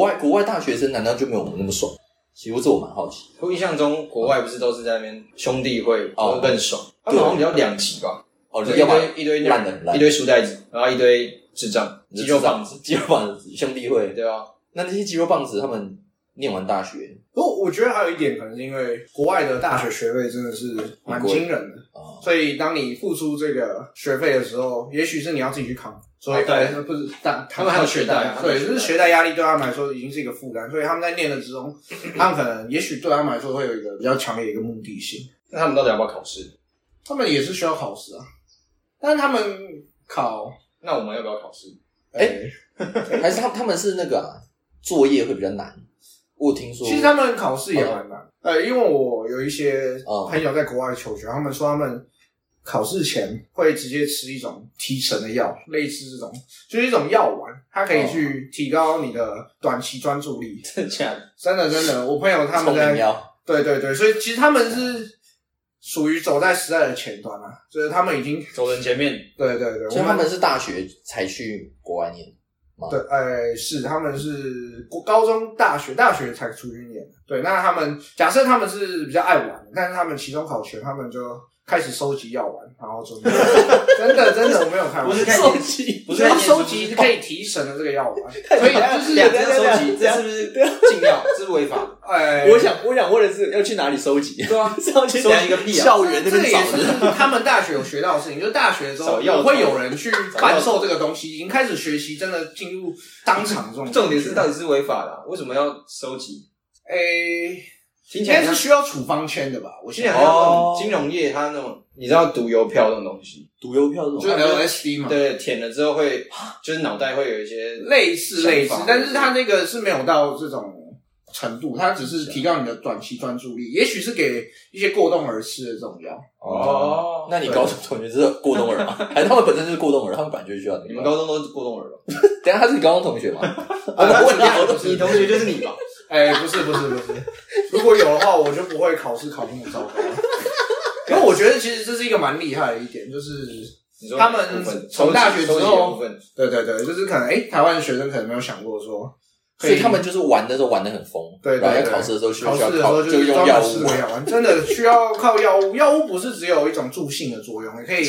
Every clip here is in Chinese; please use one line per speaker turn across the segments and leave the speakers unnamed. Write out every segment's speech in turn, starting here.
外哎国外大学生难道就没有我们那么爽？其实这我蛮好奇的。
我印象中国外不是都是在那边兄弟会，
哦
哦，认爽，他们
对
好像比较两极吧，
哦，就
对
要么
一堆一堆
烂的很烂
一堆书呆子，然后一堆智障、
你就
肌
知
肉
道
棒子，
肌肉棒子兄弟会，
对啊，
那那些肌肉棒子他们念完大学
不过我觉得还有一点，可能是因为国外的大学学费真的是蛮惊人的，
啊，
所以当你付出这个学费的时候，也许是你要自己去扛。所以
哦对
呃不是，但
他们还有学贷啊他们
对，
有学贷
就是学贷压力对他们来说已经是一个负担，所以他们在念的之中， 他们可能也许对他们来说会有一个比较强烈的一个目的性。
那他们到底要不要考试？
他们也是需要考试啊，但是他们考，
那我们要不要考试？
哎、
还是他他们是那个啊作业会比较难。我有听说，
其实他们考试也蛮难，呃，因为我有一些
哦
朋友在国外求学，他们说他们考试前会直接吃一种提神的药，类似这种，就是一种药丸，它可以
哦
去提高你的短期专注力。
真的假的？
真的 真的，我朋友他
聪
们
明
在，
要
对对对，所以其实他们是属于走在时代的前端啊，就是他们已经，
走人前面，
对对对，
所以
我
他们是大学才去国外念，
对，呃，是他们是国高中、大学、大学才出去念的。对，那他们假设他们是比较爱玩的，但是他们期中考前，他们就开始收集药丸，然后准备。真的，真的，我没有看，
不是看
收集
不
不
是
是
在念
收
书
集可以提神的这个药 丸，所
所
以
以
就
就是
是
两只收集，
这
啊这
样
是不是禁药？这是违法。
哎，
我想，我想问的是要去哪里收集？
对啊，
是要去
收集个屁啊
校园那
这个
边
也
找
是
的。
他们大学有学到的事情，就是大学的时候
找药
也会有人去
找药
贩售这个东西，已经开始学习，真的进入当场这种。
重点是到底是违法的啊，为什么要收集？
哎，
听
应
起来
该
像
是需要处方签的吧？我
听
现
起
在
来像那
哦
种金融业，它那种你知道毒邮票这种东西，
赌邮票这
就是
种，
LSD 嘛，
对，舔了之后会就是脑袋会有一些
类似类似
想法，
但是它那个是没有到这种程度，它只是提高你的短期专注力，也许是给一些过动儿吃的这种药。
哦。
那你高中同学是过动儿吗？还是他们本身就是过动儿？他们本来就需要
你们高中都是过动耳吧？
等一下他是你高中同学 吗？我
啊
们问
那
他，
是
我都
呃你同学就是你吧？
哎、不是不是不 是，如果有的话，我就不会考试考那么糟糕。因为我觉得其实这是一个蛮厉害的一点，就是
你说
他们
部分
从大学之后
收集的部分
对对对，就是可能哎、台湾的学生可能没有想过说，
所以他们就是玩的时候玩的很疯，
对对
然后要
对
考试的时候需
考
要需
试的
要
时
考
候
就是用
专
药
门吃
物啊
这个药丸，真的需要靠药物，药物不是只有一种助兴的作用，也可以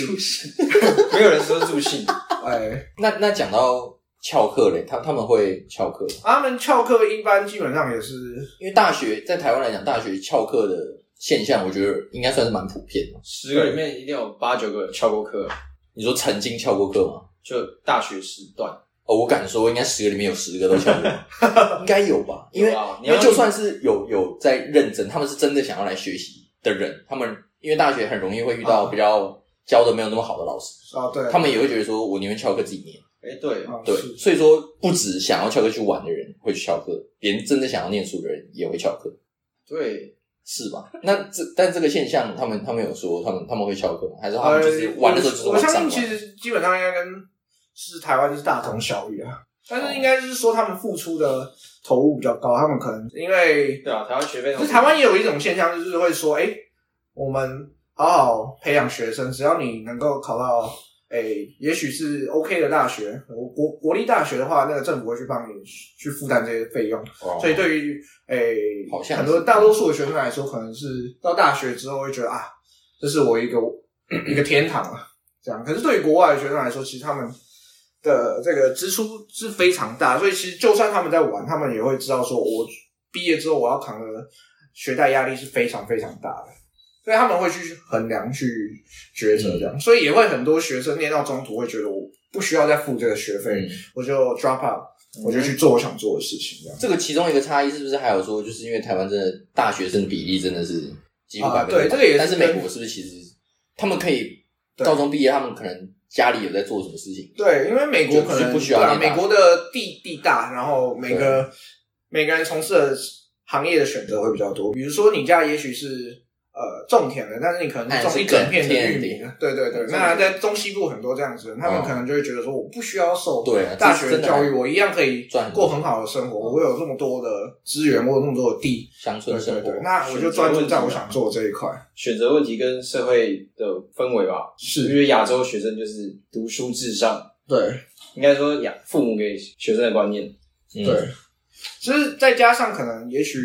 没有人说助兴，
哎。
那那讲到翘课嘞，他他们会翘课，
啊他们翘课一般基本上也是，
因为大学在台湾来讲，大学翘课的现象，我觉得应该算是蛮普遍的。
十个里面一定有八九个翘过课，
你说曾经翘过课吗？
就大学时段。
哦，我敢说，应该十个里面有十个都翘过， 应该有吧？因为
有啊你
因
要
为就算是有有在认真，他们是真的想要来学习的人，他们因为大学很容易会遇
啊
到比较教的没有那么好的老师，
哦，对，
他们也会觉得说，我宁愿翘课自己念。
哎，对，
哦
对，
是
所以说不止想要翘课去玩的人会去翘课，连真的想要念书的人也会翘课，
对，
是吧？那这但这个现象，他们他们有说他们他们会翘课吗？还是他
呃
们就是玩的时候就是
我我
晚上
相信
玩？
其实基本上应该跟是台湾就是大同小异啊，但是应该是说他们付出的投入比较高，他们可能因为
对啊，台湾学费那
就
种
台湾也有一种现象，就是会说，哎、我们好好培养学生，只要你能够考到，哎、也许是 OK 的大学，我国国立大学的话，那个政府会去帮你去负担这些费用。
哦
所以对于诶、
好像是
很多大多数的学生来说，可能是到大学之后会觉得啊，这是我一个一个天堂啊，这样。可是对于国外的学生来说，其实他们的这个支出是非常大，所以其实就算他们在玩，他们也会知道说，我毕业之后我要扛的学贷压力是非常非常大的。所以他们会去衡量、去抉择
嗯
这样，所以也会很多学生念到中途会觉得我不需要再付这个学费，
嗯
我就 drop out，我就去做我想做的事情这样。
这个其中一个差异是不是还有说，就是因为台湾真的大学生比例真的是几乎
啊
百分之百、
对这个也是
但是
跟
美国是不是其实他们可以
对
高中毕业，他们可能家里有在做什么事情，
对，因为美国
就
可
是
能
不需要
对啊
念大
美国的地地大，然后每个每个人从事的行业的选择会比较多。比如说你家也许是呃种田的，但是你可能
哎
是种
是
一整片的
整片
玉米
地。
对对对
嗯，
那在中西部很多这样子的人，他们
哦
可能就会觉得说，我不需要受
对啊这
大
是
学
真的
的教育，
蛮
我一样可以
赚很多嗯
过很好的生活，我有这么多的资源，我有那么多的地。
乡
对
村生
对
活。
对，那我就专注在我想做的这一块。
选择问题跟社会的氛围吧。因
是，
为亚洲学生就是读书至上，
对
应该说亚父母给学生的观念，
嗯
对。其实再加上可能也许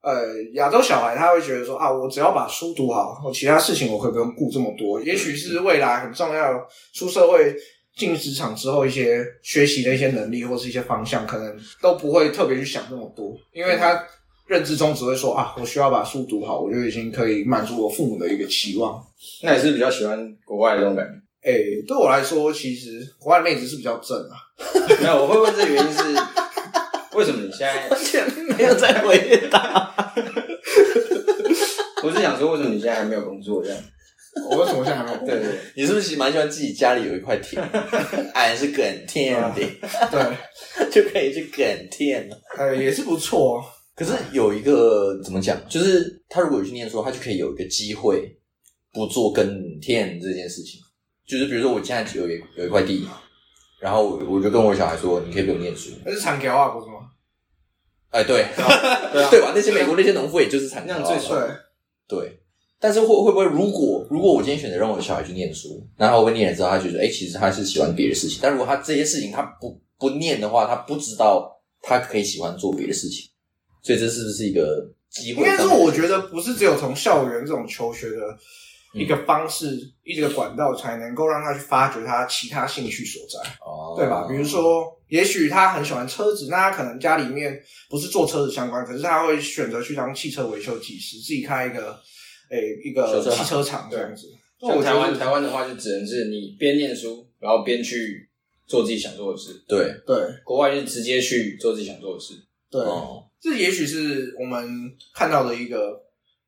呃亚洲小孩他会觉得说啊，我只要把书读好，我其他事情我可以不用顾这么多。也许是未来很重要，出社会进职场之后一些学习的一些能力或是一些方向，可能都不会特别去想那么多，因为
嗯
他。认知中只会说啊，我需要把书读好，我就已经可以满足我父母的一个期望。
那你是比较喜欢国外的这种感觉？
诶、对我来说，其实国外的妹子是比较正啊，
没有，我会问这个原因是为什么你现在？
没有在回答。
我是想说，为什么你现在还没有工作这样？
我为什么现在还没有工作
对对，对
你是不是蛮喜欢自己家里有一块田？ 俺是耕田
啊
的，
对，
就可以去耕田了。
呃，也是不错、哦。
可是有一个呃怎么讲，就是他如果有去念书，他就可以有一个机会不做耕田这件事情。就是比如说，我现在有一有一块地，然后我我就跟我小孩说，你可以不用念书。
那是长条啊，不是吗？
哎，对，
对啊
对吧？那些美国那些农夫也就是产
那样最爽
哦对，
对，但是会会不会，如果如果我今天选择让我的小孩去念书，然后我念了之后，他觉得哎、诶其实他是喜欢别的事情。但如果他这些事情他不不念的话，他不知道他可以喜欢做别的事情，所以这是不是一个机
应
会上
该
面的？
说，我觉得不是只有从校园这种求学的
嗯
一个方式、一个管道，才能够让他去发掘他其他兴趣所在。
哦，
对吧？比如说，也许他很喜欢车子，那他可能家里面不是做车子相关，可是他会选择去当汽车维修技师，自己开一个诶、一个
修车行
汽车厂这样子。那
像
我觉
台湾，
得
台湾的话就只能是你边念书，然后边去做自己想做的事；
对，
对
国外就直接去做自己想做的事。
对，
哦，
这也许是我们看到的一个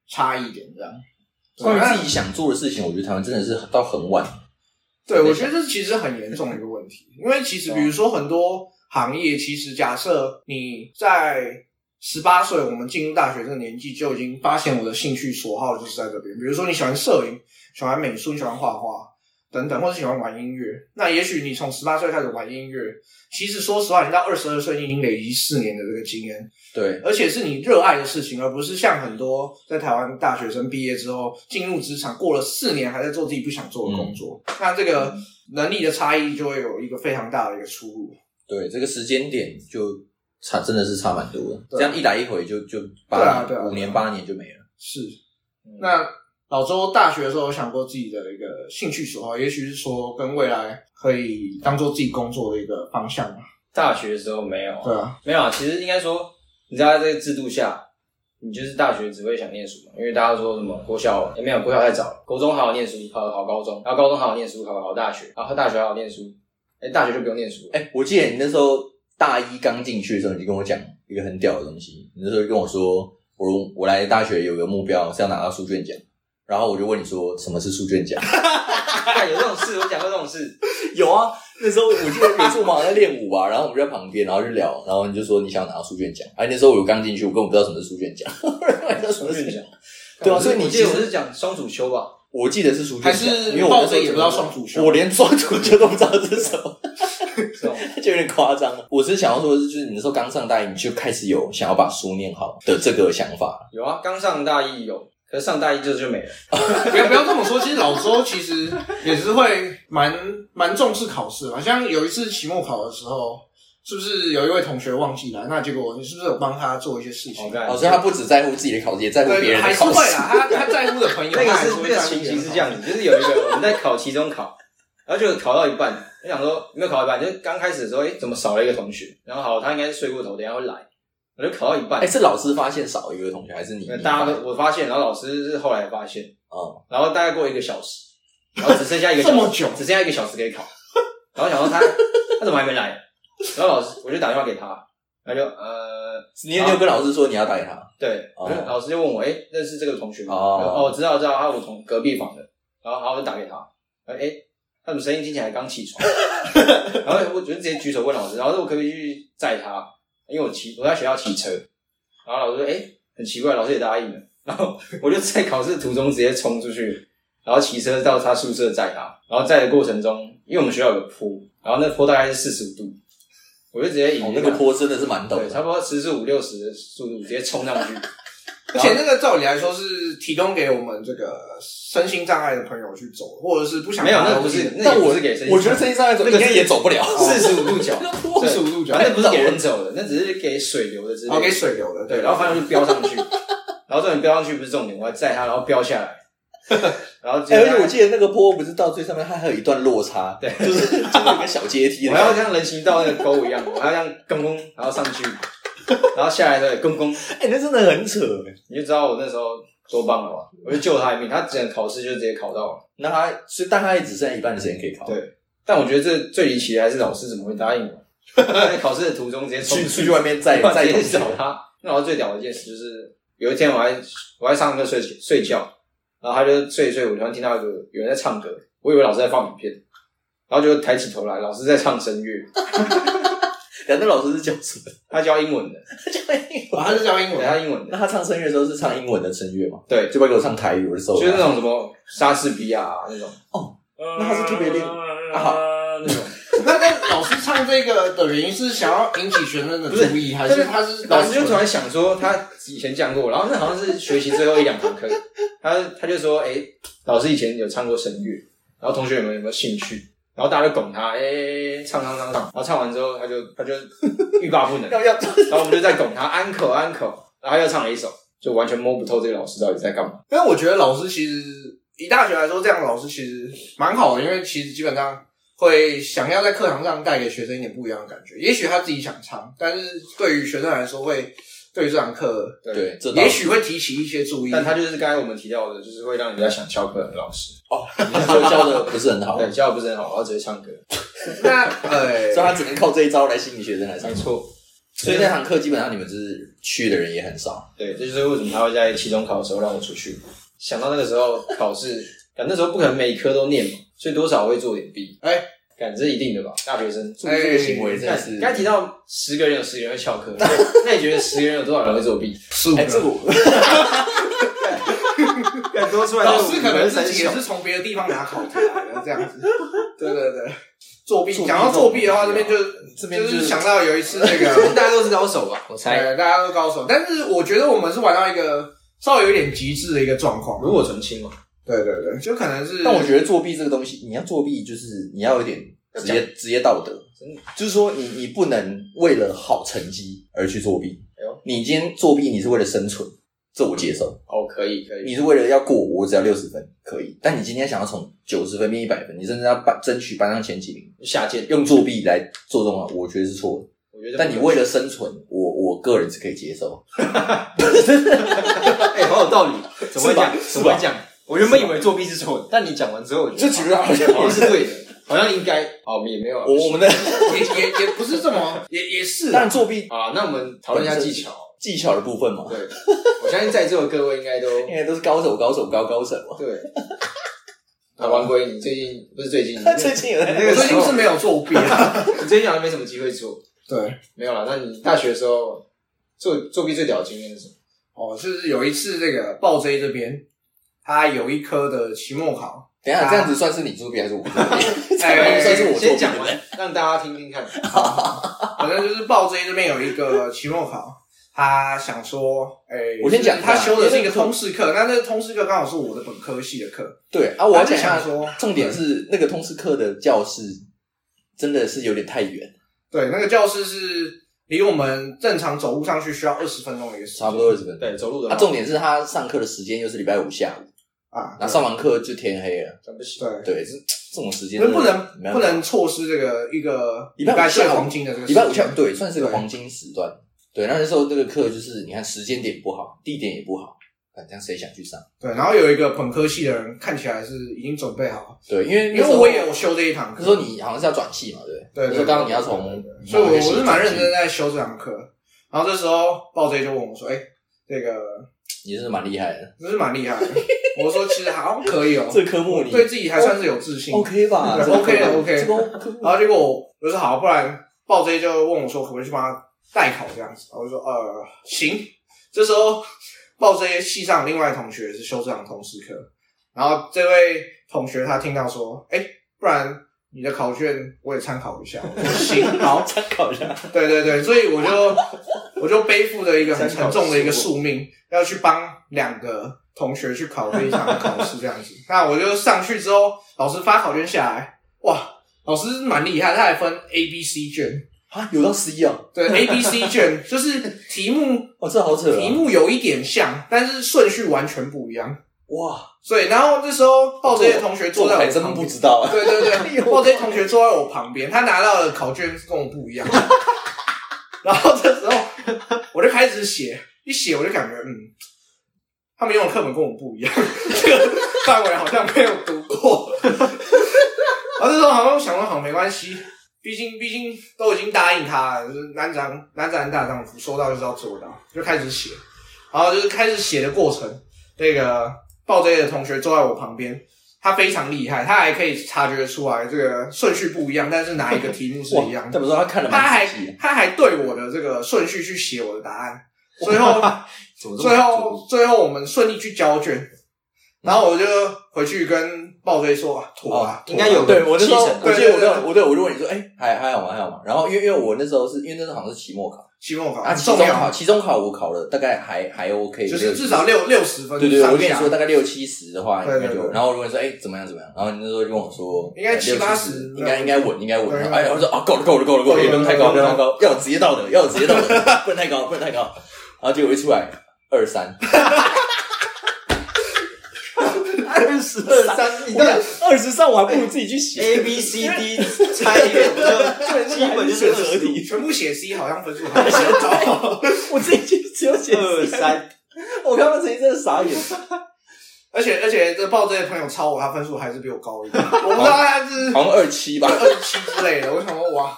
差异点，这样。
关于自
己，
己想做的事情，我觉得台湾真的是到很晚。
对啊我觉得这其实很严重的一个问题，因为其实比如说很多行业，其实假设你在十八岁，我们进入大学这个年纪就已经发现我的兴趣所好就是在这边，比如说你喜欢摄影，喜欢美术，你喜欢画画。等等，或者喜欢玩音乐，那也许你从十八岁开始玩音乐，其实说实话，你到二十二岁，你已经累积四年的这个经验，
对，
而且是你热爱的事情，而不是像很多在台湾大学生毕业之后进入职场，过了四年还在做自己不想做的工作，那这个能力的差异就会有一个非常大的一个出入。
对，这个时间点就差，真的是差蛮多的。
对
这样一来一回就就
对
八年
啊对啊对啊
五年八年就没了。
是，那老周大学的时候有想过自己的一个兴趣所好，也许是说跟未来可以当做自己工作的一个方向嘛。
大学的时候没有啊，
嗯
对啊，
没有啊。其实应该说，你知道在这个制度下，你就是大学只会想念书嘛，因为大家说什么国小哎也没有国小太早了，国中好好念书，考个好高中，然后高中好好念书，考个好大学，然后大学好好念书，哎、大学就不用念书了。
哎、我记得你那时候大一刚进去的时候，你就跟我讲一个很屌的东西。你那时候就跟我说，我我来大学有个目标是要拿到书卷奖，然后我就问你说什么是书卷奖？
干有这种事，我讲过这种事。
有啊，那时候我记得有一次我们好像在练舞吧，然后我们就在旁边，然后就聊，然后你就说你想要拿到书卷奖，哎，那时候我刚进去，我根本不知道什么是书卷奖， 我也不知道什么是书卷奖。 对啊所以你
我记得
其实
我是讲双主修吧，
我记得是书卷
还
奖，
是
因为我那
抱
时候
着也不知道
觉得
双主修，
我连双主修都不知道这是什么。
这种
就有点夸张了。我是想要说的是，就是你那时候刚上大一，你就开始有想要把书念好的这个想法。
有啊，刚上大一有，可是上大一这就没了。
不要不要这么说，其实老周其实也是会蛮蛮重视考试的吧。像有一次期末考的时候，是不是有一位同学忘记来？那结果你是不是有帮他做一些事情？
嗯
哦，所以他不只在乎自己的考试，也在乎别
对，
人
还
的
是
考
会
试。
啦。他他在乎的朋友，
那个
他还
是
会
那个
在乎
情
别
形
人的
是这样子，就是有一个我们在考期中考，然后就考到一半，我想说没有考到一半，就是刚开始的时候，哎、怎么少了一个同学？然后好，他应该是睡过头，等一下会来。我就考到一半，
哎，是老师发现少一个同学，还是你
那？大家
你
都嗯我发现，然后老师是后来发现，
哦，
然后大概过一个小时，然后只剩下一个小时
这么久
只剩下一个小时可以考，然后想说他他怎么还没来？然后老师我就打电话给他，他就呃
你有没有跟老师说你要打给他？
对，
哦
然后老师就问我，哎、认识这个同学吗？
哦
我说哦，知道知道，他我从隔壁房的，然后然后我就打给他，哎、诶他怎么声音听起来刚起床？ 然后我就直接举手问老师，然后我可不可以去载他？因为我骑我在学校骑车，然后老师说，哎、很奇怪，老师也答应了，然后我就在考试途中直接冲出去，然后骑车到他宿舍载他，然后载的过程中，因为我们学校有个坡，然后那坡大概是四十五度，我就直接以
哦哦，那个坡真的是蛮陡
嗯对，差
的。
不多时速五六十的速度直接冲上去，
而且那个照理来说是提供给我们这个身心障碍的朋友去走，或者是不想
没有，
爬
那
楼
不
梯
是
的，
那也不
我
是给身
我觉得身心障碍者
那个
应
是哦
该也走不 了，
四十五度角，
二十五度角
反，正不是给人走的，那只是给水流的之
哦，
类
给
的。
水流的，
对，然后反正就飙 上去，然后重点飙上去不是重点，我还载它，然后飙下来，然后直接
哎，而且我记得那个坡不是到最上面，它还有一段落差，
对
就是就是有一个小阶梯
我
的
还
感觉。
要像人行道那个沟一样，我还要这样公公，然后上去，然后下来的公公，
哎，那真的很扯。
你就知道我那时候多棒了吧？我就救他一命，他只能考试就直接考到了。
那他所以但他也只剩一半的时间可以考，
对但我觉得这最离奇的还是老师怎么会答应 我？在考试的途中直接冲
去出去外面 再再
直
同学
接去找他。那老师最屌的一件事就是，有一天我还我还上课睡睡觉，然后他就睡一睡，我突然听到一个有人在唱歌，我以为老师在放影片，然后就抬起头来，老师在唱声乐，
感觉老师是教什么？
他教英文的，
教英
哦他是教英
对，
文，
他英文的，
那他唱声乐的时候是唱英文的声乐吗？
对，
就不要给我唱台语，我就受不
就是那
了。
种什么莎士比亚、啊、那种，
哦，那他是特别练啊好
那种。
那那老师唱这个的原因是想要引起学生的注意，还
但
是
是
他是
老师就突然想说，他以前讲过，然后那好像是学习最后一两堂课， 他他就说，哎、老师以前有唱过声乐，然后同学有没有有没有兴趣？然后大家就拱他，哎、唱唱唱唱，然后唱完之后，他就他就欲罢不能，然
要要
后我们就在拱他安可安可，然后他又唱了一首，就完全摸不透这个老师到底在干嘛。
因为我觉得老师其实以大学来说，这样的老师其实蛮好的，因为其实基本上会想要在课堂上带给学生一点不一样的感觉。也许他自己想唱，但是对于学生来说，会对于这堂课，
对，
对，这倒
也许会提起一些注意。
但他就是刚才我们提到的，就是会让人家想翘课的老师，
哦，你是说教的不是很好，
对，教的不是很好，然后直接唱歌，
那呃
所以，他只能靠这一招来吸引学生来上
没
课。
错，
所以那堂课基本上你们就是去的人也很少。
对，这就是为什么他会在期中考的时候让我出去。想到那个时候考试，感那时候不可能每一科都念嘛，所以多少会做点弊。
哎
感这一定的吧？大学生，
注意这个行为真的是
干刚才提到十个人有十个人会翘课，那你觉得十个人有多少人会作弊？
十五
哎，这
个
个我
敢多出
老师可能自己也是从别的地方拿考题来的，这样子。对对对，作弊。
作弊
讲到作弊的话，
这
这
种
边就
这边
就
就是
想到有一次那个。 哎
大家都是高手吧？我猜。
对，大家都高手，但是我觉得我们是玩到一个稍微有点极致的一个状况。
如果纯青嘛，
对对对，就可能是，
但我觉得作弊这个东西，你要作弊就是你要有点职业职业道德
真的，
就是说你你不能为了好成绩而去作弊
哎呦。
你今天作弊，你是为了生存，这我接受。
哦，可以可以。
你是为了要过，我只要六十分可以，但你今天想要从九十分变一百分，你甚至要班争取班上前几名，
下贱，
用作弊来做这种，我觉得是错的。
我觉得。
但你为了生存，我我个人是可以接受。
哎，好有道理，怎么会讲？
是吧
怎么会讲？我原本以为作弊是错的，但你讲完之后，我觉得
得好像
好像是对的，好像应该。哦，也没有啊。
我我们的
也也也不是这么，也也是
当
啊，
然作弊
好啦，那我们讨论一下技巧。
技巧的部分嘛，
对，我相信在座的各位应该都
因为都是高手高手高高手嘛。
对。啊，王龟，你最近不是最近，你
他最近有
那
在
我
个
最
时
近
候
是没有作弊啊。
你最近好像没什么机会做，
对，
没有啦。那你大学的时候作作弊最屌的经验是什么？
哦，就是有一次这个报 J 这边，他有一科的期末考，
等一下这样子算是你作弊还是我作弊？
哎
算是我作
先
弊
讲
的。
完，让大家听听看。
反正就是报 J 这边有一个期末考。他想说，哎、
我先讲一下
他修的是一个通识课，那那个通识课刚好是我的本科系的课。
对啊，我要
他就
讲一下
想，说，
重点是那个通识课的教室真的是有点太远，
对，那个教室是离我们正常走路上去需要二十分钟的一个时间，
差不多二十分。
对，走路的
啊，重点是他上课的时间又是礼拜五下午，
啊。
那上完课就天黑了。
真不行。
对，
对，这这种时间
所以不
真的
能
没办法
不能错失这个一个
礼拜五
最
下午
黄金的这个时
礼
间
拜五下午对，算是个
对
黄金时段。对，那时候这个课就是你看时间点不好，地点也不好，反正谁想去上？
对，然后有一个本科系的人看起来是已经准备好，
对，因为
因
那时
为
候
我也有修这一堂
那时
课，
候你好像是要转系嘛，对不对？
对对
你说刚刚你要从
所以我
某一个
我
系
是蛮认真
转系，
在修这堂课。然后这时候鲍贼就问我说：“哎、这个
你真的蛮厉害的。
真是蛮厉害的。”我说：“其实好像可以哦、
这科目你
对自己还算是有自信。
OK 吧
对
这个
OK 的，OK
这个科目
然后结果我我就说：“好，不然鲍贼就问我说可不可以去帮他代考这样子。”然后我就说：“呃，行。”这时候鲍贼系上另外同学也是修这堂通识课，然后这位同学他听到说：“哎、不然。”你的考卷我也参考一下。我说行，好，
参考一下。
对对对，所以我就 我就背负着一个很沉重的一个宿命，要去帮两个同学去考这一场考试这样子。那我就上去之后，老师发考卷下来，哇，老师蛮厉害，他还分 A、B、C 卷，
啊，有到十一啊！
对 A、B、C 卷就是题目
哦，这好扯啊！
题目有一点像，但是顺序完全不一样。
哇，
所以，然后这时候报这些同学坐在
我还
我
真
旁
不
边，哎
知道啊。
对 对对，或这些同学坐在我旁边，他拿到的考卷跟我不一样，然后这时候我就开始写，一写我就感觉嗯，他们用的课本跟我不一样， 这个范围好像没有读过，然后这时候好像想说好没关系，毕竟毕竟都已经答应他了，就是南长南展大丈夫说到就是要做到，就开始写，然后就是开始写的过程，那个报这些的同学坐在我旁边。他非常厉害，他还可以察觉出来这个顺序不一样，但是哪一个题目是一样
哇
的
怎。么说？他看了
他
蛮
还
仔细的。
他还对我的这个顺序去写我的答案，最后
怎么这么
最后最后我们顺利去交卷，然后我就回去跟鲍追说啊，妥啊，
应该有
对我那时候，
七成
我记得我
对对
跟我对我就问你说，哎，还还好吗？还好吗？然后因为因为我那时候是因为那时候好像是期末考
期末考
啊，
哦很
期
重
中考，
要，
期中考我考了大概还还 OK，
就是至少六六十分
对对，对，我
上
跟你
下
说，，大概六七十的话，
对
应
对
该就。
对
然后我就问说，哎，怎么样怎么样？然后你那时候就跟我说，
应该
呃
七八十
60应
对
该应该稳，应该稳
对。对
哎，然后说啊，够了够了够了够了，
够了
也不用太高，
够了
不用太高，要有职业道德，要有职业道德，不能太高，不能太高。然后结果一出来二三，
二十
二
三
三，你
到底
二十三，我还不如自己去写。
哎
A B C D 猜一个，不就基本就是
选择题
全部写 C 好像分数还写高，
我自己去只有写
二
三，
三，
我刚刚直接真的傻眼。
而且而且这鲍追的朋友超我，他分数还是比我高一 点，我不知道他是
好像二七吧。
二十七之类的，我想说哇。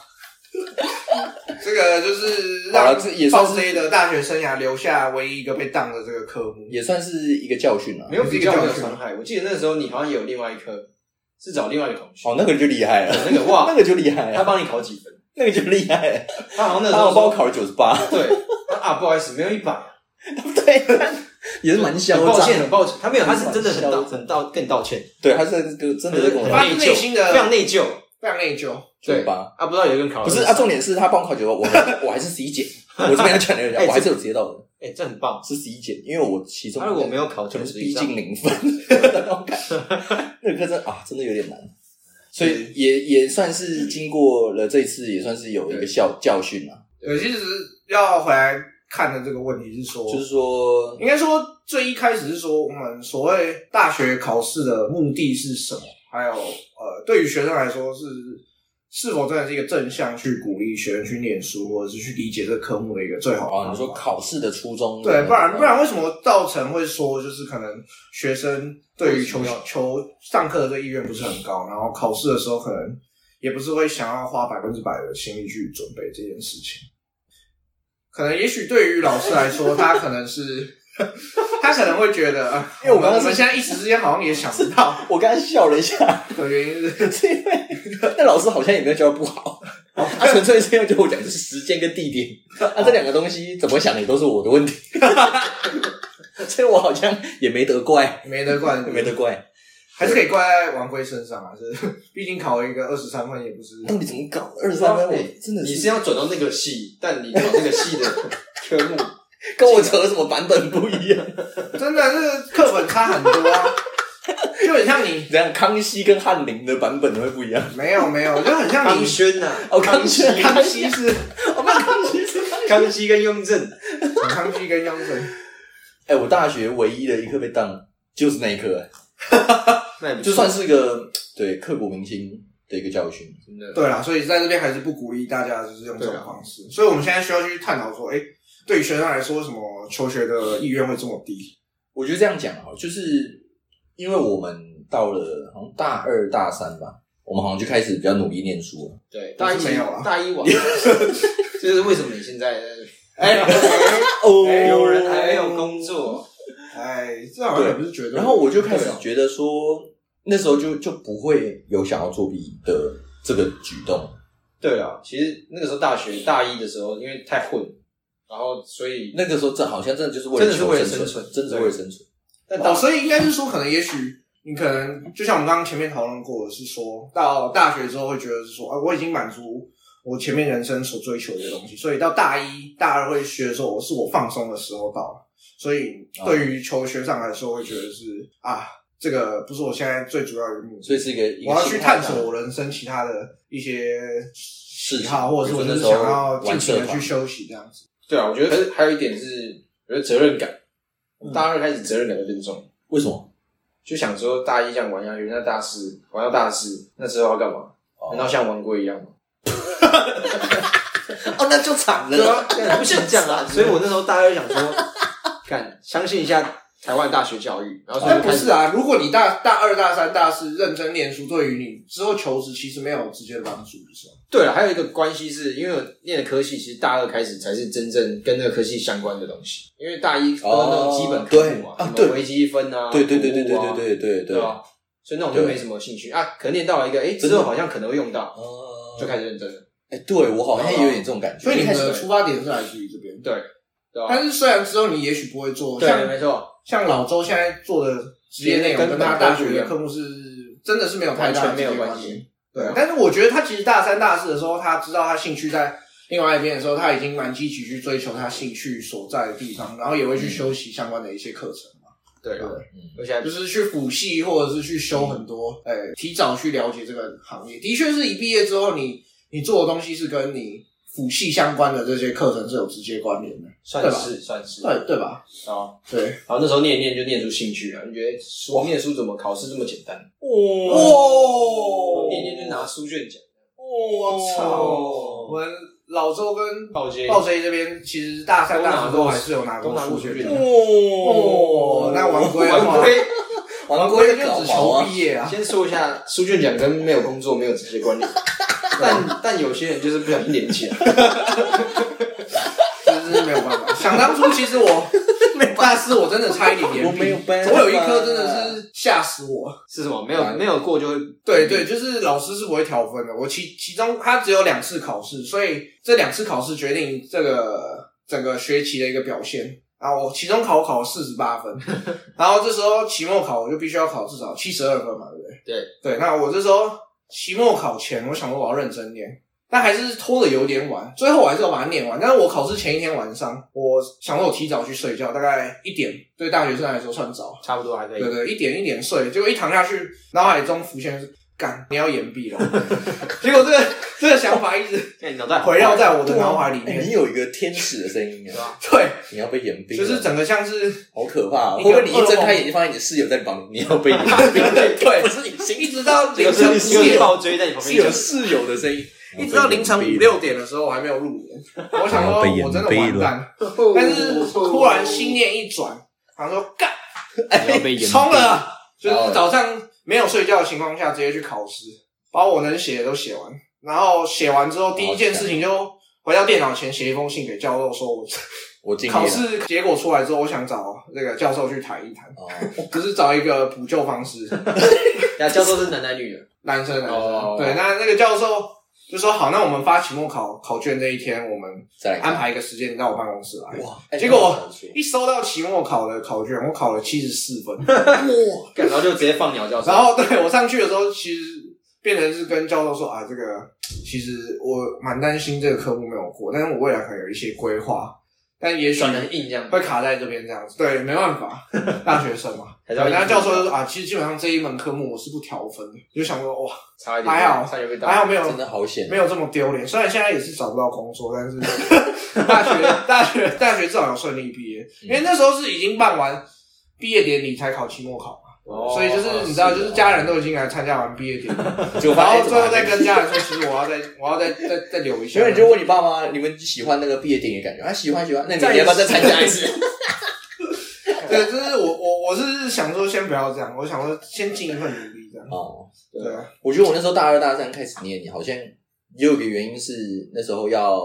这个就是
好
让
了这也算是
鲍追的大学生涯留下唯一一个被当的这个科目，
也算是一个教训啊 了、
没有比较没有
比较
伤害。我记得那时候你好像也有另外一科是找另外一个同学，
哦，那个就厉害 了，哦
那个哇
那，个就厉害
他
了，
帮你考几分？
那个就厉害了。
他好像那
他
时候
好
说
像帮我考了九十八，
对，他啊，不好意思，没有一百，
对，也是蛮嚣
很抱歉，
张
很。抱歉，
他没有，他是真的很道很道跟你道歉，
对，他是这个真的是跟我
发
他
讲
自
内疚
内心的
非常内疚。
非常内疚。
九
对
十八，
啊，不知道有一个人考了
不是
23
啊，重点是他帮我考九十八，我还 我还是十一减，我这边要强调一下，
哎
我还是有接到的，
哎，这很棒。
是十一减，因为我其中
他如果没有考
可
九
能是
十以
逼
上，
近零分 的那种感觉，那个课真啊，真的有点难。所以也也算是经过了这一次，也算是有一个教教训啊，
对，其实要回来看的这个问题是说，
就是说
应该说最一开始是说我们所谓大学考试的目的是什么，还有呃，对于学生来说是是否真的是一个正向去鼓励学生去念书，或者是去理解这个科目的一个最好的方
哦，
法。
你说考试的初衷
对，不
嗯
然不然为什么造成会说就是可能学生对于求求上课的这意愿不是很高，然后考试的时候可能也不是会想要花百分之百的心力去准备这件事情。可能也许对于老师来说，他可能是 他可能会觉得，啊
因为我刚刚
我们现在一时之间好像也想不到
我刚才笑了一下，
的原因是，
是因为那老师好像也没有教得不好，他纯粹是因为就我讲的是时间跟地点，啊这两个东西怎么想也都是我的问题， 所以我好像也没得怪，
没得怪，
没得怪，
还是可以怪在王龟身上啊，就是毕竟考一个二十三分也不是
到底怎么搞？二十三分，我
哎
真的
你是
是
要转到那个系，但你考那个系的科 目，
跟我扯什么版本不一 样？
真的，这个课本差很多啊，就很像你
这样康熙跟翰林的版本会不一 样？
没有没有，就很像
康
你
轩
啊
呐，
哦，康熙，
康
康
熙
熙，
是
我们康熙是康熙。
康熙跟雍正，
康熙跟雍正，
哎，我大学唯一的一科被当就是那一科，哎
那也不
就算是个对刻骨铭心的一个教训。
真的
对啦，所以在这边还是不鼓励大家就是用这种
对啊
方式，所以我们现在需要去探讨说，哎、对于学生来说，为什么求学的意愿会这么低？
我觉得这样讲啊，就是因为我们到了好像大二大三吧，我们好像就开始比较努力念书了。
对，大一
没有啊
大一 晚，这是为什么你现在
哎、
哦
哎
有人还没有工作，
哎，这好像也不是绝对的。
然后我就开始觉得说，那时候就就不会有想要作弊的这个举动。
对啊，其实那个时候大学大一的时候，因为太混，然后所以
那个时候，这好像真的就是为了
真的是
求
为了
生
生存
真的是为了生存。
但
哦，
当
所以应该是说，可能也许你可能就像我们刚刚前面讨论过，是说到大学之后会觉得是说，啊，我已经满足我前面人生所追求的东西，所以到大一、大二会学的时候，我是我放松的时候到了，所以
哦
对于求学上来说，会觉得是啊，这个不是我现在最主要的目的，
所以是一个一个
我要去
心态
探
上
索我人生其他的一些
事
喜
情
好，或者是我
比
就
如
是
说那时
想
候
要尽
玩
情
社
的
团
去休息这样子。
对啊，我觉得可是还有一点是，我觉得责任感，大二开始责任感就变重，
为什么？
就想说大一这样玩下去，那大四玩到大四，那之后要干嘛？
哦
难道像玩归一样吗？
哦，那就惨
对
了。
啊，
不行这样啊！所以我那时候大概就想说，
看相信一下台湾大学教育，然后所以
哎
但
就
不
开始
是啊，如果你大大二、大三、大四认真念书，对于你之后求职其实没有直接的帮助，是吧？
对了，还有一个关系是因为我念的科系，其实大二开始才是真正跟那个科系相关的东西，因为大一都是那种基本科目嘛，
哦
什
对啊对
么微积分啊，
对对对对对
服务啊
对对对
对
对。
吧？所以那种就没什么兴趣啊，可能念到了一个，哎，之后好像可能会用到，
哦
就开始认真了，
哎，对我好像也有点这种感觉。
所以你
一开
的
始
出发点是来自于这边。
对对吧？
但是虽然之后你也许不会做，
对，
像
没错，
像老周现在做的职业内容跟他大学的科目是真的是没有太大的
完全没有
直接
关
关
系。
对
对啊，
但是我觉得他其实大三、大四的时候，他知道他兴趣在另外一边的时候，他已经蛮积极去追求他兴趣所在的地方，然后也会去修习相关的一些课程嘛，
嗯对啊
对
嗯
而且还
就是去辅系或者是去修很多，哎、提早去了解这个行业。的确是一毕业之后你，你做的东西是跟你辅系相关的这些课程是有直接关联的，
算是算是啊，
对对吧？对。
然后那时候念一念就念出兴趣了，就觉得我念书怎么考试这么简单？
哦
念一念就拿书卷奖，
我
操
我们老周跟
报接
鲍 J 这边其实大三、
都拿
大四都
过
还是有拿
都拿过
数
数
学
据
的。
的
哦，那王归的话
完归。
王
王
龟
归
的
就
搞
只
毛
求
啊，
毕业啊。
先说一下，书卷奖跟没有工作没有直接关联，但但有些人就是不小心连起来，
真是没有办法。想当初，其 实我大四我真的差一点延毕，
我没有办法
我有一科真的是吓死我。
是什么？没有
啊
没有过就会
对对，就是老师是不会调分的。我其其中他只有两次考试，所以这两次考试决定这个整个学期的一个表现。啊，我期中考我考了四十 八分，然后这时候期末考我就必须要考至少七十二分嘛，对不对？
对
对，那我这时候期末考前，我想说我要认真念，但还是拖的有点晚，最后我还是要把它念完。但是我考试前一天晚上，我想说我提早去睡觉，大概一点，对大学生来说算早。
差不多还可以
对。对，一点一点睡，结果一躺下去，脑海中浮现的是干，你要延毕了。结果这个这个想法一直
看你脑袋
围绕在我的脑海里
哎你
面。
有一个天使的声音啊，
对，
你要被严冰了，
就是整个像是
好可怕啊！
一
会
个
不会你一睁开眼睛发现你的室友在旁边，你要被严 冰？
对
不是你心
一
里
直到
这个
凌晨
是这
五
个是
点，
爆追在你旁
是
边
有
讲，
室友的声音，
一直到凌晨五六点的时候，我还没有入眠。我想说
我被，
我
掩
真的
蔽
完
了
蛋。但是突然心念一转，想说干，
不要被掩蔽
冲了，啊就是早上没有睡觉的情况下直接去考试，把我能写的都写完，然后写完之后第一件事情就回到电脑前写一封信给教授，说我
我尽力了
考试结果出来之后，我想找那个教授去谈一谈，
哦
就是找一个补救方式。
呀，教授是男男女的，
男生男
哦
生，对，啊那那个教授就说好，那我们发期末考考卷这一天，我们
再来看
安排一个时间你到我办公室来。
哇！哎
结果
那我
一收到期末考的考卷，我考了七十四分。
干然后就直接放鸟教授，
然后对我上去的时候，其实变成是跟教授说啊，这个其实我蛮担心这个科目没有过，但是我未来可能有一些规划，但也许
转成硬这样，
会卡在这边这样子。对，没 办法，大学生嘛。
还是要
然后教授就
硬
说啊，其实基本上这一门科目我是不调分的，就想说哇，
差一点，
还好
差点被打，
还好没有
真的好险啊
没，有这么丢脸。虽然现在也是找不到工作，但是 大学大学大学至少有顺利毕业，
嗯
因为那时候是已经办完毕业典礼才考期末考嘛，
哦
所以就是你知道，就是家人都已经来参加完毕业 典礼，
就
然
发哎现
后最后再跟家人 说，其实我要再我要再再再留一下
所以。你就问你爸妈，你们喜欢那个毕业典礼的感觉？他啊喜欢喜欢，那你要不要再参加一 次？
对，就是我我我是想说先不要这样，我想说先尽一份努力这样。
哦，
对啊，
我觉得我那时候大二大三开始念，好像也有一个原因是那时候要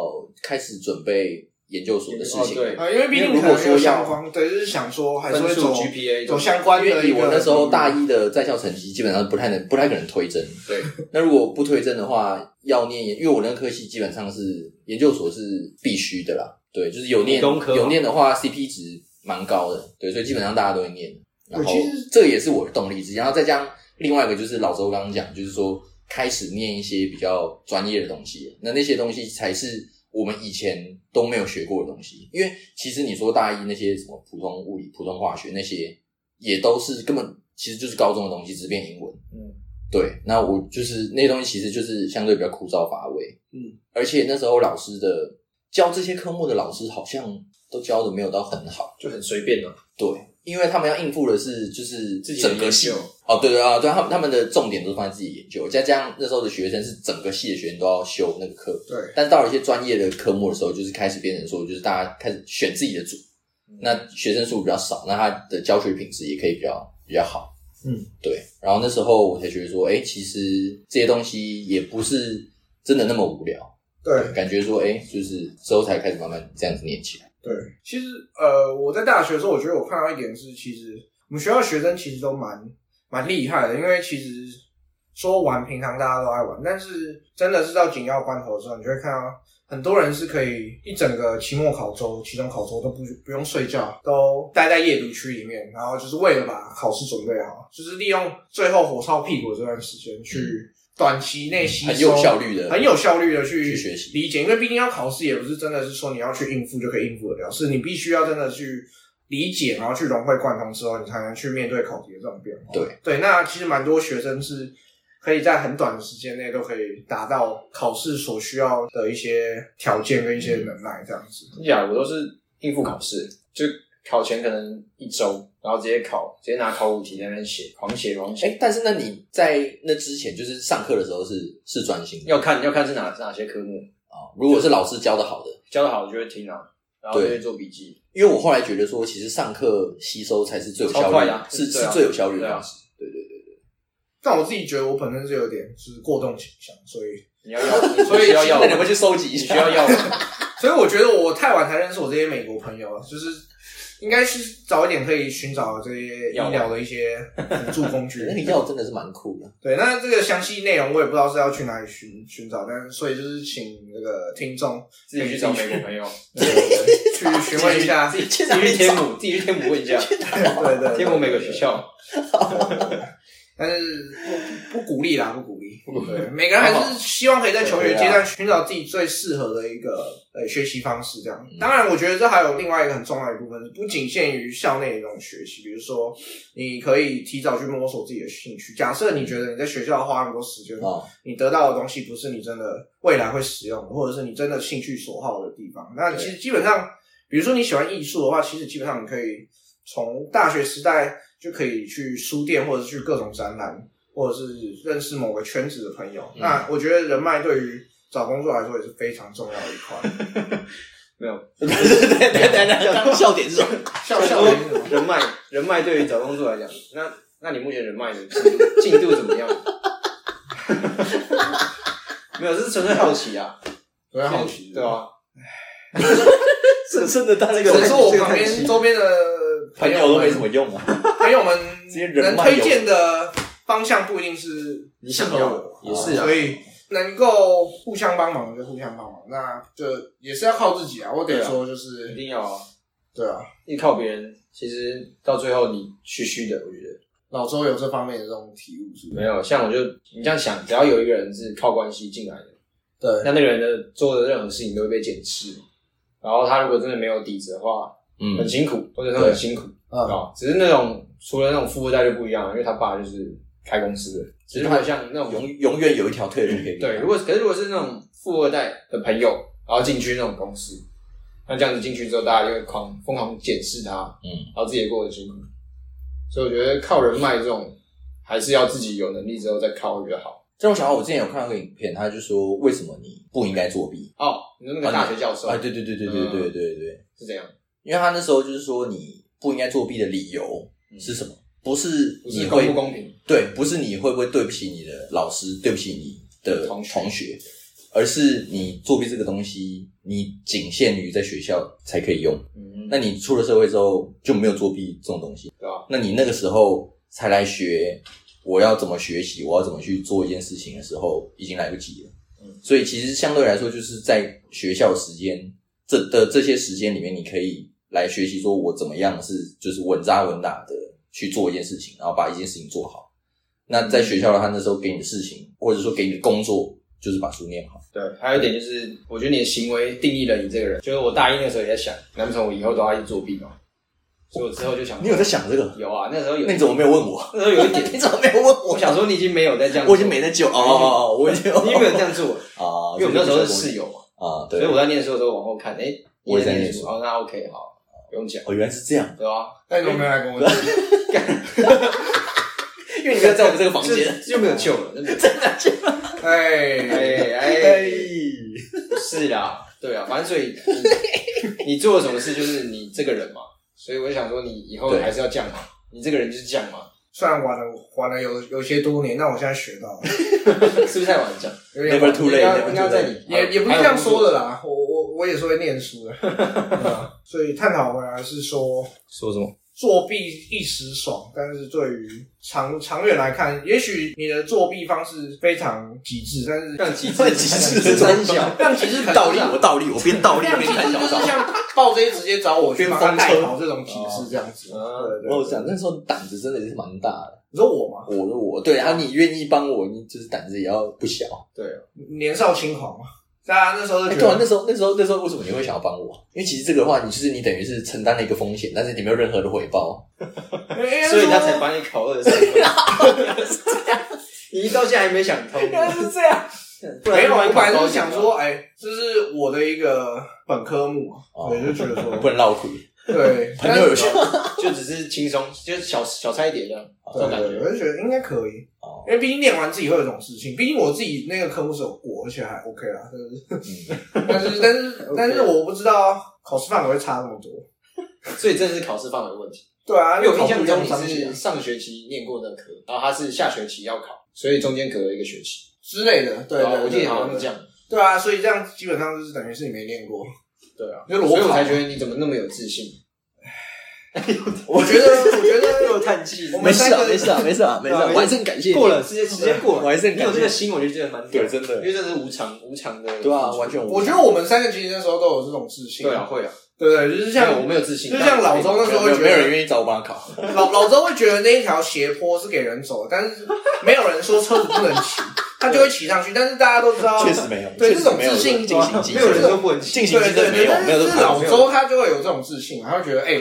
开始准备研究所的事情。
哦对
啊，因为毕竟可能有相关，对，就是想说还是
分
会
数
走
GPA
走相关的
因为
一
以
个。
我那时候大一的在校成绩，基本上不太能、不太可能推甄。
对，
那如果不推甄的话，要念研，因为我那科系基本上是研究所是必须的啦。对，就是有念
理工科嘛
有念的话，CP 值蛮高的。对，所以基本上大家都会念。然后
我其实
这个也是我的动力之一，然后再加上另外一个就是老周刚刚讲，就是说开始念一些比较专业的东西，那那些东西才是我们以前都没有学过的东西。因为其实你说大一那些什么普通物理、普通化学那些，也都是根本其实就是高中的东西，只变英文。
嗯，
对。那我就是那些东西，其实就是相对比较枯燥乏味。
嗯，
而且那时候老师的教这些科目的老师好像都教的没有到很好。
就很随便了。
对，因为他们要应付的是就是
自己的
整个系
研究
哦，对对啊，对，他们他们的重点都放在自己研究，再加上那时候的学生是整个系的学生都要修那个课，
对，
但到了一些专业的科目的时候，就是开始变成说，就是大家开始选自己的组，那学生数比较少，那他的教学品质也可以比较比较好，
嗯，
对。然后那时候我才觉得说，哎，其实这些东西也不是真的那么无聊，
对
感觉说，哎，就是之后才开始慢慢这样子念起来，
对，其实呃，我在大学的时候，我觉得我看到一点是，其实我们学校的学生其实都蛮蛮厉害的，因为其实说玩，平常大家都爱玩，但是真的是到紧要关头的时候，你就会看到很多人是可以一整个期末考周、期中考周都不不用睡觉，都待在夜读区里面，然后就是为了把考试准备好，就是利用最后火烧屁股的这段时间去短期内吸
嗯
收
很有效率的，
很有效率的去
去学习
理解，因为毕竟要考试，也不是真的是说你要去应付就可以应付得了，是你必须要真的去理解，然后去融会贯通之后，你才能去面对考题的这种变化。
对
对，那其实蛮多学生是可以在很短的时间内都可以达到考试所需要的一些条件跟一些能耐，这样子。
真假的？啊我都是应付考试，就考前可能一周，然后直接考，直接拿考古题在那边写，狂写狂写。
哎、但是那你在那之前，就是上课的时候是是专心的
要看要看是哪是哪些科目，
啊、如果是老师教的好的，
教的好就会听啊，然后就
对
会做笔记。
因为我后来觉得说，其实上课吸收才是最有效
超快
率，
的啊
是
对啊
是最有效率的
对啊
方式。对对对，
但我自己觉得我本身是有点就是过动倾向，所以
你要 要，
所以
你需要要
那
我，
你们去收集一
你需
下，。
要 要我。
所以我觉得我太晚才认识我这些美国朋友了，就是应该是早一点可以寻找这些医疗的一些辅助 工具
那个药真的是蛮酷的。
对，那这个详细内容我也不知道是要去哪里寻寻找，但是所以就是请那个听众
自己去找美国朋友，
那个 去询问一下，
自己
去
自
哪
己
里
去天母，自己去天母问一下，
对对，对
天母每个学，校。
但是呃不不鼓励啦，不鼓励。啊对，每个人还是希望可以在求学阶
对
段寻找自己最适合的一个呃学习方式，这样。当然，我觉得这还有另外一个很重要的一部分，不仅限于校内的这种学习，比如说你可以提早去摸索自己的兴趣。假设你觉得你在学校花很多时间，
哦，
你得到的东西不是你真的未来会使用的，或者是你真的兴趣所好的地方。那
对
其实基本上，比如说你喜欢艺术的话，其实基本上你可以从大学时代就可以去书店，或者去各种展览，或者是认识某个圈子的朋友。
嗯
那我觉得人脉对于找工作来说也是非常重要的一块。
没有，
对对对对对， 笑点是什么？
笑笑点是
人
什么？
脉人脉对于找工作来讲，那那你目前人脉的进度进度怎么样？ 没有，这是纯粹好奇啊，
我在好奇，
对？啊，
深深的但这
只是我旁
这
边
个
周边的
朋友都没什么用啊。
朋友 们
这些人
能
脉有
推荐的方向不一定是
你想
适合
要
我
的也是啊
所以能够互相帮忙就互相帮忙，那就也是要靠自己啊。我得
对啊
说就
一
是
定要啊，
对啊，
依靠别人，其实到最后你虚虚的，我觉得
老周有这方面的这种体悟是不
没
是？
有。像我就你这样想，只要有一个人是靠关系进来的，
对
那那个人的做的任何事情都会被检视嘛。然后他如果真的没有底子的话，很
嗯，
辛苦，或者是很辛苦啊、
啊，
只是那种除了那种富二代就不一样了，因为他爸就是开公司的，只是如果像那种
永永远有一条退路可以。
对，如果可是如果是那种富二代的朋友，然后进去那种公司，那这样子进去之后，大家就会狂疯狂检视他，
嗯，
然后自己也过得很辛苦。所以我觉得靠人脉这种，还是要自己有能力之后再靠会比较好。
这让我想到我之前有看到一个影片，他就说为什么你不应该作弊？
哦，你说那个大学教授、
啊，对对对对对对对对对，
是怎样？
因为他那时候就是说你不应该作弊的理由是什么？不是
嗯不
你
是
会
公不公平？
对，不是你会不会对不起你的老师，对不起你的
同
同学，
学
而是你作弊这个东西，你仅限于在学校才可以用。
嗯，
那你出了社会之后就没有作弊这种东西，
对吧？
那你那个时候才来学，我要怎么学习，我要怎么去做一件事情的时候，已经来不及了
嗯。
所以其实相对来说，就是在学校时间这的这些时间里面，你可以来学习，说我怎么样是就是稳扎稳打的去做一件事情，然后把一件事情做好。那在学校的话，他那时候给你的事情，或者说给你的工作，就是把书念好。
对，还有一点就是，我觉得你的行为定义了你这个人。就是我大一那时候也在想，难不成我以后都要去作弊吗？所以我之后就想，
你有在想这个？
有啊，那时候有，
那你怎么没有问我？
那时候有一点，
你怎么没有问我？
我想说你已经没有在这样做，
我已经没在救哦哦，哦我已经
你已经没有 这样做，
啊，
因为我们那时候是室友嘛，
啊，
所
对，
以我在念书的时候往后看，哎，
我也
你
在
念
念书
哦，那 OK，好，不用讲，
哦，原来是这样，
对吧？
那你怎么没有来跟我讲？
因为你没 有在我们这个房
这
间，
这就没有救 了，真的，
哎，
哎哎，不是啦，对啊，反正所以嗯 你你做了什么事就是你这个人嘛，所以我就想说你以后
对
还是要这样嘛，你这个人就是这样嘛，
虽然晚了晚了有有些多年，但我现在学到了，
是不是太晚 讲？
有点
Never too
应
late，
该
never
应该在你
也也不是这样说的啦，我我我也是会念书的，对啊所以探讨回来是说
说 什么？
作弊一时爽，但是对于长长远来看，也许你的作弊方式非常极致，但是
让极 致，
极致的
三
东西
小，
但其实可能
倒立我倒立，我边倒立
量
边
级
看
就
小
是
说。
像报 J 直接找我去帮他
边翻车
盖好这种体制这样子。
哦
对对对
我想那时候胆子真的是蛮大的，
你说我吗？
我说我对，然后你愿意帮我，你就是胆子也要不小。
对啊，
年少轻狂嘛，大家那时候就
哎，
觉
对啊，
得
那时候那时候那时候为什么你会想要帮我？因为其实这个的话，你就是你等于是承担了一个风险，但是你没有任何的回报。
哎，
啊所以他才把你考二十分。 你到现在还没想通，
原来是这样。
不
没
然
有，
不
啊
然
我
考
本来
高
就
级
想说，哎，这是我的一个本科目嘛，
哦
我就觉得
不
说，
能绕腿，
对，
朋友有效
就只是轻松，就是小小菜一碟这样，哦这
但
种感
是对，
觉。
我就觉得应该可以，
哦，
因为毕竟念完自己会有这种事情，毕竟我自己那个科目是有过，而且还 OK 啦，就是
嗯，
但是但是但是我不知道考试范围会差那么多，
所以真的是考试范围问题。
对啊，
因为我
考
印象
不一样
中
的东
你
西啊
是上学期念过那科，然后他是下学期要考，所以中间隔了一个学期。
之类的，对，
啊
对
我记
对
得好像是这样。
对啊，所以这样基本上就是等于是你没 练过。
对啊，
因为裸
所以我
考
才觉得你怎么那么有自信？
我觉得，我觉
又
得
叹气。
我
没
们
事
三
啊，
个
没事啊，没事啊，没事
对啊
啊，
没事
我还是很感谢你
过了，时间时间过
我
了，
还是很
你有
感
这个
谢
心，我就觉得蛮屌
对，。真
因
的，
为这是无偿无偿的。
对啊，完全无
我觉得我们三个其实那时候都有这种自信，
对啊，会啊。
对不对？就是像
没有我没有自信，
就像老周那时
没
候
有
会
没有
觉得
没有人愿意找我帮他考，
老老周会觉得那一条斜坡是给人走的，但是没有人说车子不能骑，他就会骑上去。但是大家都知 道，
确实没有，
对
确实没有
这种自信
进行竞
没有人
争，
说不能
进行
对
竞
对
争没
对，
有，没有
但
这
是
个
老周他就会有这种自信，他会觉得哎，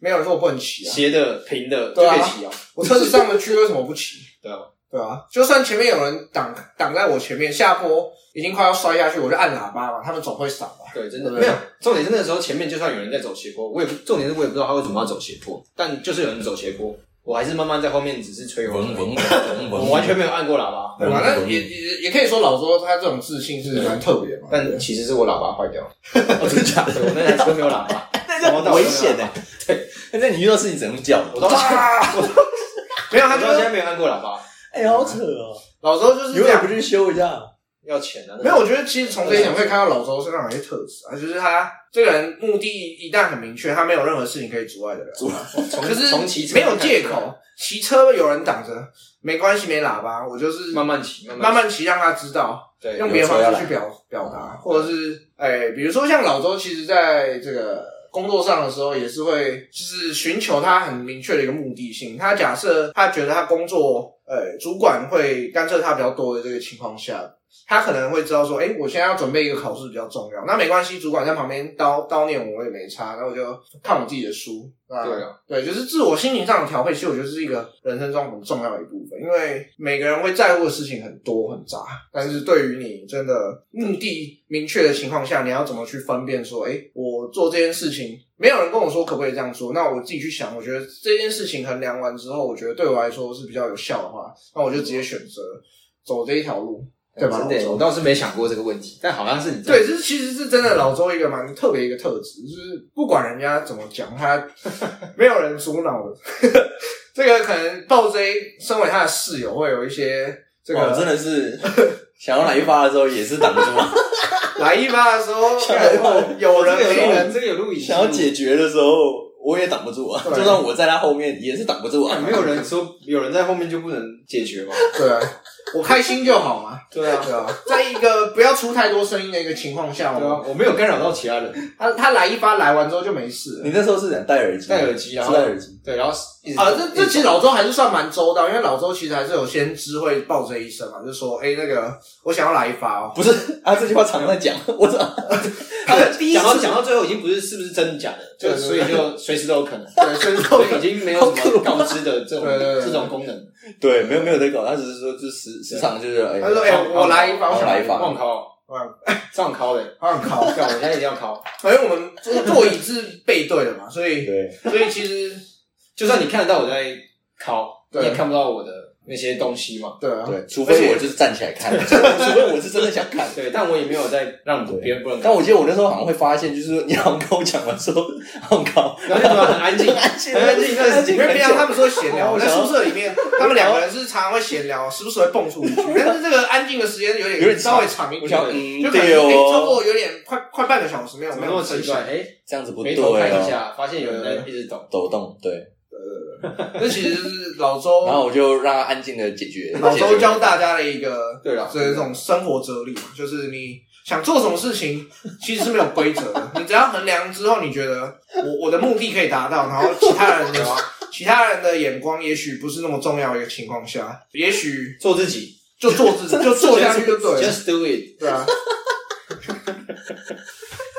没有人说我不能骑啊，
斜的平的就
对
可
啊
以骑啊。
我车子上得去为什么不骑？
对啊，
对啊，就算前面有人挡挡在我前面，下坡已经快要摔下去，我就按喇叭嘛，他们总会闪吧。
对，真的
对
没有。重点是那时候前面就算有人在走斜坡，我也不重点是我也不知道他为什么要走斜坡，但就是有人走斜坡，我还是慢慢在后面只是吹风
嗡，嗡嗡
我
嗡，
完全没有按过喇叭，
对吧？
嗯
那
嗯
也也也可以说老周他这种自信是蛮特别嘛。
但其实是我喇叭坏掉了，
哦真的假的？
对我那台车没有喇叭，
那 就危险欸呢。对，那在你遇到事情只能叫。
我到
啊没有，
他
他
到
就
现在
是
没有按过喇叭，
哎，好扯哦！
老周就是
你为
这
什么不
样。
去修一下？
要钱啊。那
没有，我觉得其实从这一点会看到老周身上有一些特质啊，就是他这个人目的一旦很明确，他没有任何事情可以阻碍的人，
从
可
从骑
是
车
没有借
开始
口，骑车有人挡着没关系，没喇叭，我就是
慢慢骑，慢
慢
慢
慢骑，让他知道。
对，
用
有
别的
车
方
要
式
来
去表表达，或者是哎、比如说像老周，其实在这个工作上的时候，也是会就是寻求他很明确的一个目的性。他假设他觉得他工作，呃，主管会干涉他比较多的这个情况下，他可能会知道说，哎、我现在要准备一个考试比较重要，那没关系，主管在旁边叨叨念我，我也没差，那我就看我自己的书。那
对啊，
对，就是自我心情上的调配，其实我觉得是一个人生中很重要的一部分，因为每个人会在乎的事情很多很杂，但是对于你真的目的明确的情况下，你要怎么去分辨说，哎，我做这件事情，没有人跟我说可不可以这样做，那我自己去想，我觉得这件事情衡量完之后，我觉得对我来说是比较有效的话，那我就直接选择走这一条路，对吧？
真的耶，我倒是没想过这个问题，但好像是你这样
对，这是其实是真的老周一个蛮特别一个特质，就是不管人家怎么 讲，他没有人阻挠的。这个可能暴 J 身为他的室友会有一些这
哦
我哦真
个
的是想要来一发的时候也是挡不住，啊
来一发的时候，有
有
人
人
没
有人，
人，
这个有录影，
想要解决的时候我也挡不住啊。
对
就算我在他后面也是挡不住啊。
没有人说有人在后面就不能解决吗？
对啊，我开心就好嘛。
对啊，
对啊，在一个不要出太多声音的一个情况下，
对啊
我，
我没有干扰到其他人，
他他来一发来完之后就没事了
你那时候是想戴耳机吗，啊
戴耳机然
是
后
戴耳机，
对，然后一直
啊，这 这其实老周还是算蛮周到，因为老周其实还是有先知会报这一声嘛，就说哎、那个我想要来一发 哦，
不是啊？这句话常在讲，我操，
第一讲到讲到最后已经不是是不是真的假的，
就所以就随时都有可能，
对，所以
所以已经没有什么告知的这种
对对对
这种功能。
对，没有没有在搞，他只是说就时时常就是哎，
他说哎、我来一发，我想来一发，
忘考，
忘
上考嘞，
好想靠，
干，我现在一定要考。
反正我们坐座椅是背对的嘛，所以
对，
所以其实
就算你看得到我在考，你
对
也看不到我的那些东西嘛。
对啊，
对，除非我就是站起来看，除非我是真的想看。
对，但我也没有在让
对
别人不能看
但，我记得我那时候好像会发现，就是你好像跟我讲完之后，好像搞
然后就突然很安静，
安静
很安静，那
因为平常他们说闲聊，
我
在
想要
宿舍里面，他们两个人是常常会闲聊，时不时会蹦出一句。但是这个安静的时间有点
有点长
稍微长一
我想
点，
嗯
就可能哎
对
诶超
哦，
过有点快快半个小时没有
怎
没
么
有
那么奇怪？哎，
这样子不
回
对
头看一
哦，
下，发现有人
啊
在一直抖。
抖动对。
那其实是老
然
周
后我就让他安静的解决。
老周
交
教
代，
大家的一个
对啦
这这种生活哲理嘛，就是你想做什么事情其实是没有规则的，你只要衡量之后，你觉得我我的目的可以达到，然后其他人的其他人的眼光也许不是那么重要的一个情况下，也许
做自己
就做自己，就做下去就对了。
，just do it。
对啊，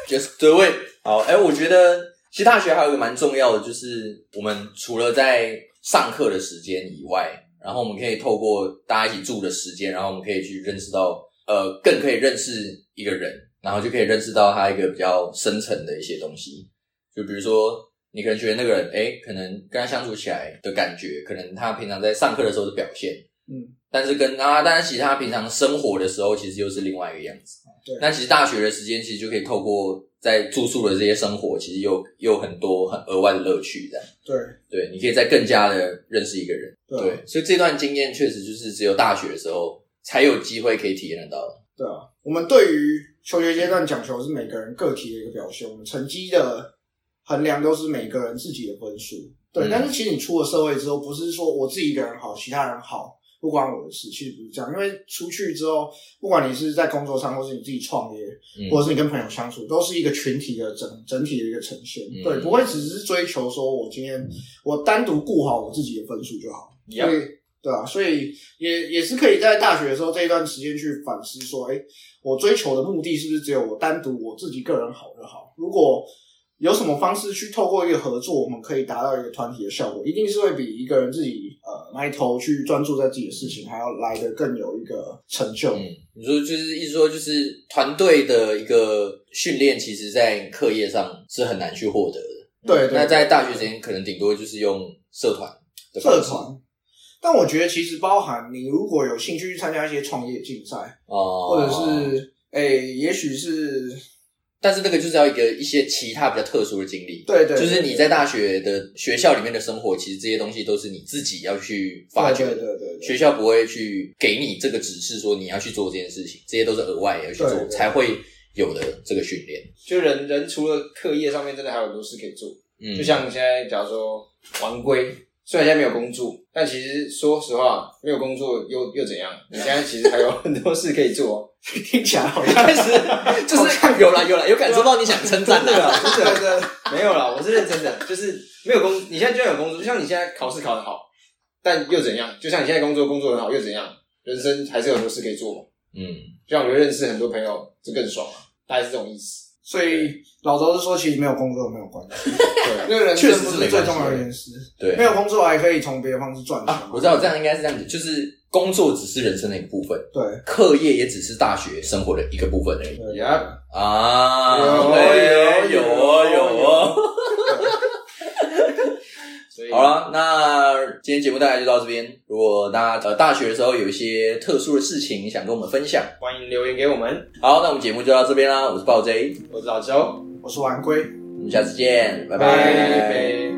Just do it。好，哎，我觉得其实大学还有一个蛮重要的，就是我们除了在上课的时间以外，然后我们可以透过大家一起住的时间，然后我们可以去认识到，呃，更可以认识一个人，然后就可以认识到他一个比较深层的一些东西。就比如说，你可能觉得那个人，哎，可能跟他相处起来的感觉，可能他平常在上课的时候的表现，
嗯，
但是跟他，但是其实他平常生活的时候，其实又是另外一个样子。
对
那其实大学的时间，其实就可以透过在住宿的这些生活，其实有有很多很额外的乐趣，这样。
对啊
对，你可以再更加的认识一个人。
对啊
对，所以这段经验确实就是只有大学的时候才有机会可以体验得到的。
对啊，我们对于求学阶段讲求是每个人个体的一个表现，我们成绩的衡量都是每个人自己的分数。对，
嗯
但是其实你出了社会之后，不是说我自己一个人好，其他人好不关我的事，其实不是这样。因为出去之后，不管你是在工作上，或是你自己创业，
嗯
或者是你跟朋友相处，都是一个群体的整整体的一个呈现。
嗯
对，不会只是追求说我今天我单独顾好我自己的分数就好。所
Yup
以对啊，所以也也是可以在大学的时候这一段时间去反思，说，哎、我追求的目的是不是只有我单独我自己个人好就好？如果有什么方式去透过一个合作，我们可以达到一个团体的效果，一定是会比一个人自己呃埋头去专注在自己的事情还要来的更有一个成就。
嗯，你说就是意思说就是团队的一个训练，其实在课业上是很难去获得的。
对对
那在大学之前，可能顶多就是用社团的方
社
式。
团。但我觉得其实包含你如果有兴趣去参加一些创业竞赛，
哦，
或者是哎、也许是
但是那个就是要一个一些其他比较特殊的经历，
对对，
就是
对
你在大学的学校里面的生活，其实这些东西都是你自己要去发掘
对
的。
对对对
学校不会去给你这个指示，说你要去做这件事情，这些都是额外要去
对
做
对
才会有的这个训练。
就人人除了课业上面，真的还有很多事可以做。
嗯，
就像现在，假如说玩归，虽然现在没有工作，但其实说实话，没有工作又又怎样？你现在其实还有很多事可以做。
听起来好像
开始 就是有了有了，有感受到你想称 赞
对
了。
啊，真的
对
没有啦，我是认真的，就是没有工，你现在就算有工作，就像你现在考试考得好，但又怎样？就像你现在工作工作很好又怎样？人生还是有很多事可以做嘛。
嗯，
就像我觉得认识很多朋友，这更爽啊，大概是这种意思。
所以老周是说，其实没有工作没有关系，
对啊，
因为人生
确实
不
是
是
没
最
关系
重要的一件事。
对，
没有工作还可以从别的方式赚钱嘛
啊，我知道这样应该是这样子，就是工作只是人生的一个部分，
对，
课业也只是大学生活的一个部分而已
对
Yup
啊。
有
对
有
有哦有哦。
所以
好，了，那今天节目大概就到这边。如果大家呃大学的时候有一些特殊的事情想跟我们分享，
欢迎留言给我们，
好，那我们节目就到这边啦。我是暴 J，
我是老周，
我是晚归。
我们下次见，拜
拜拜。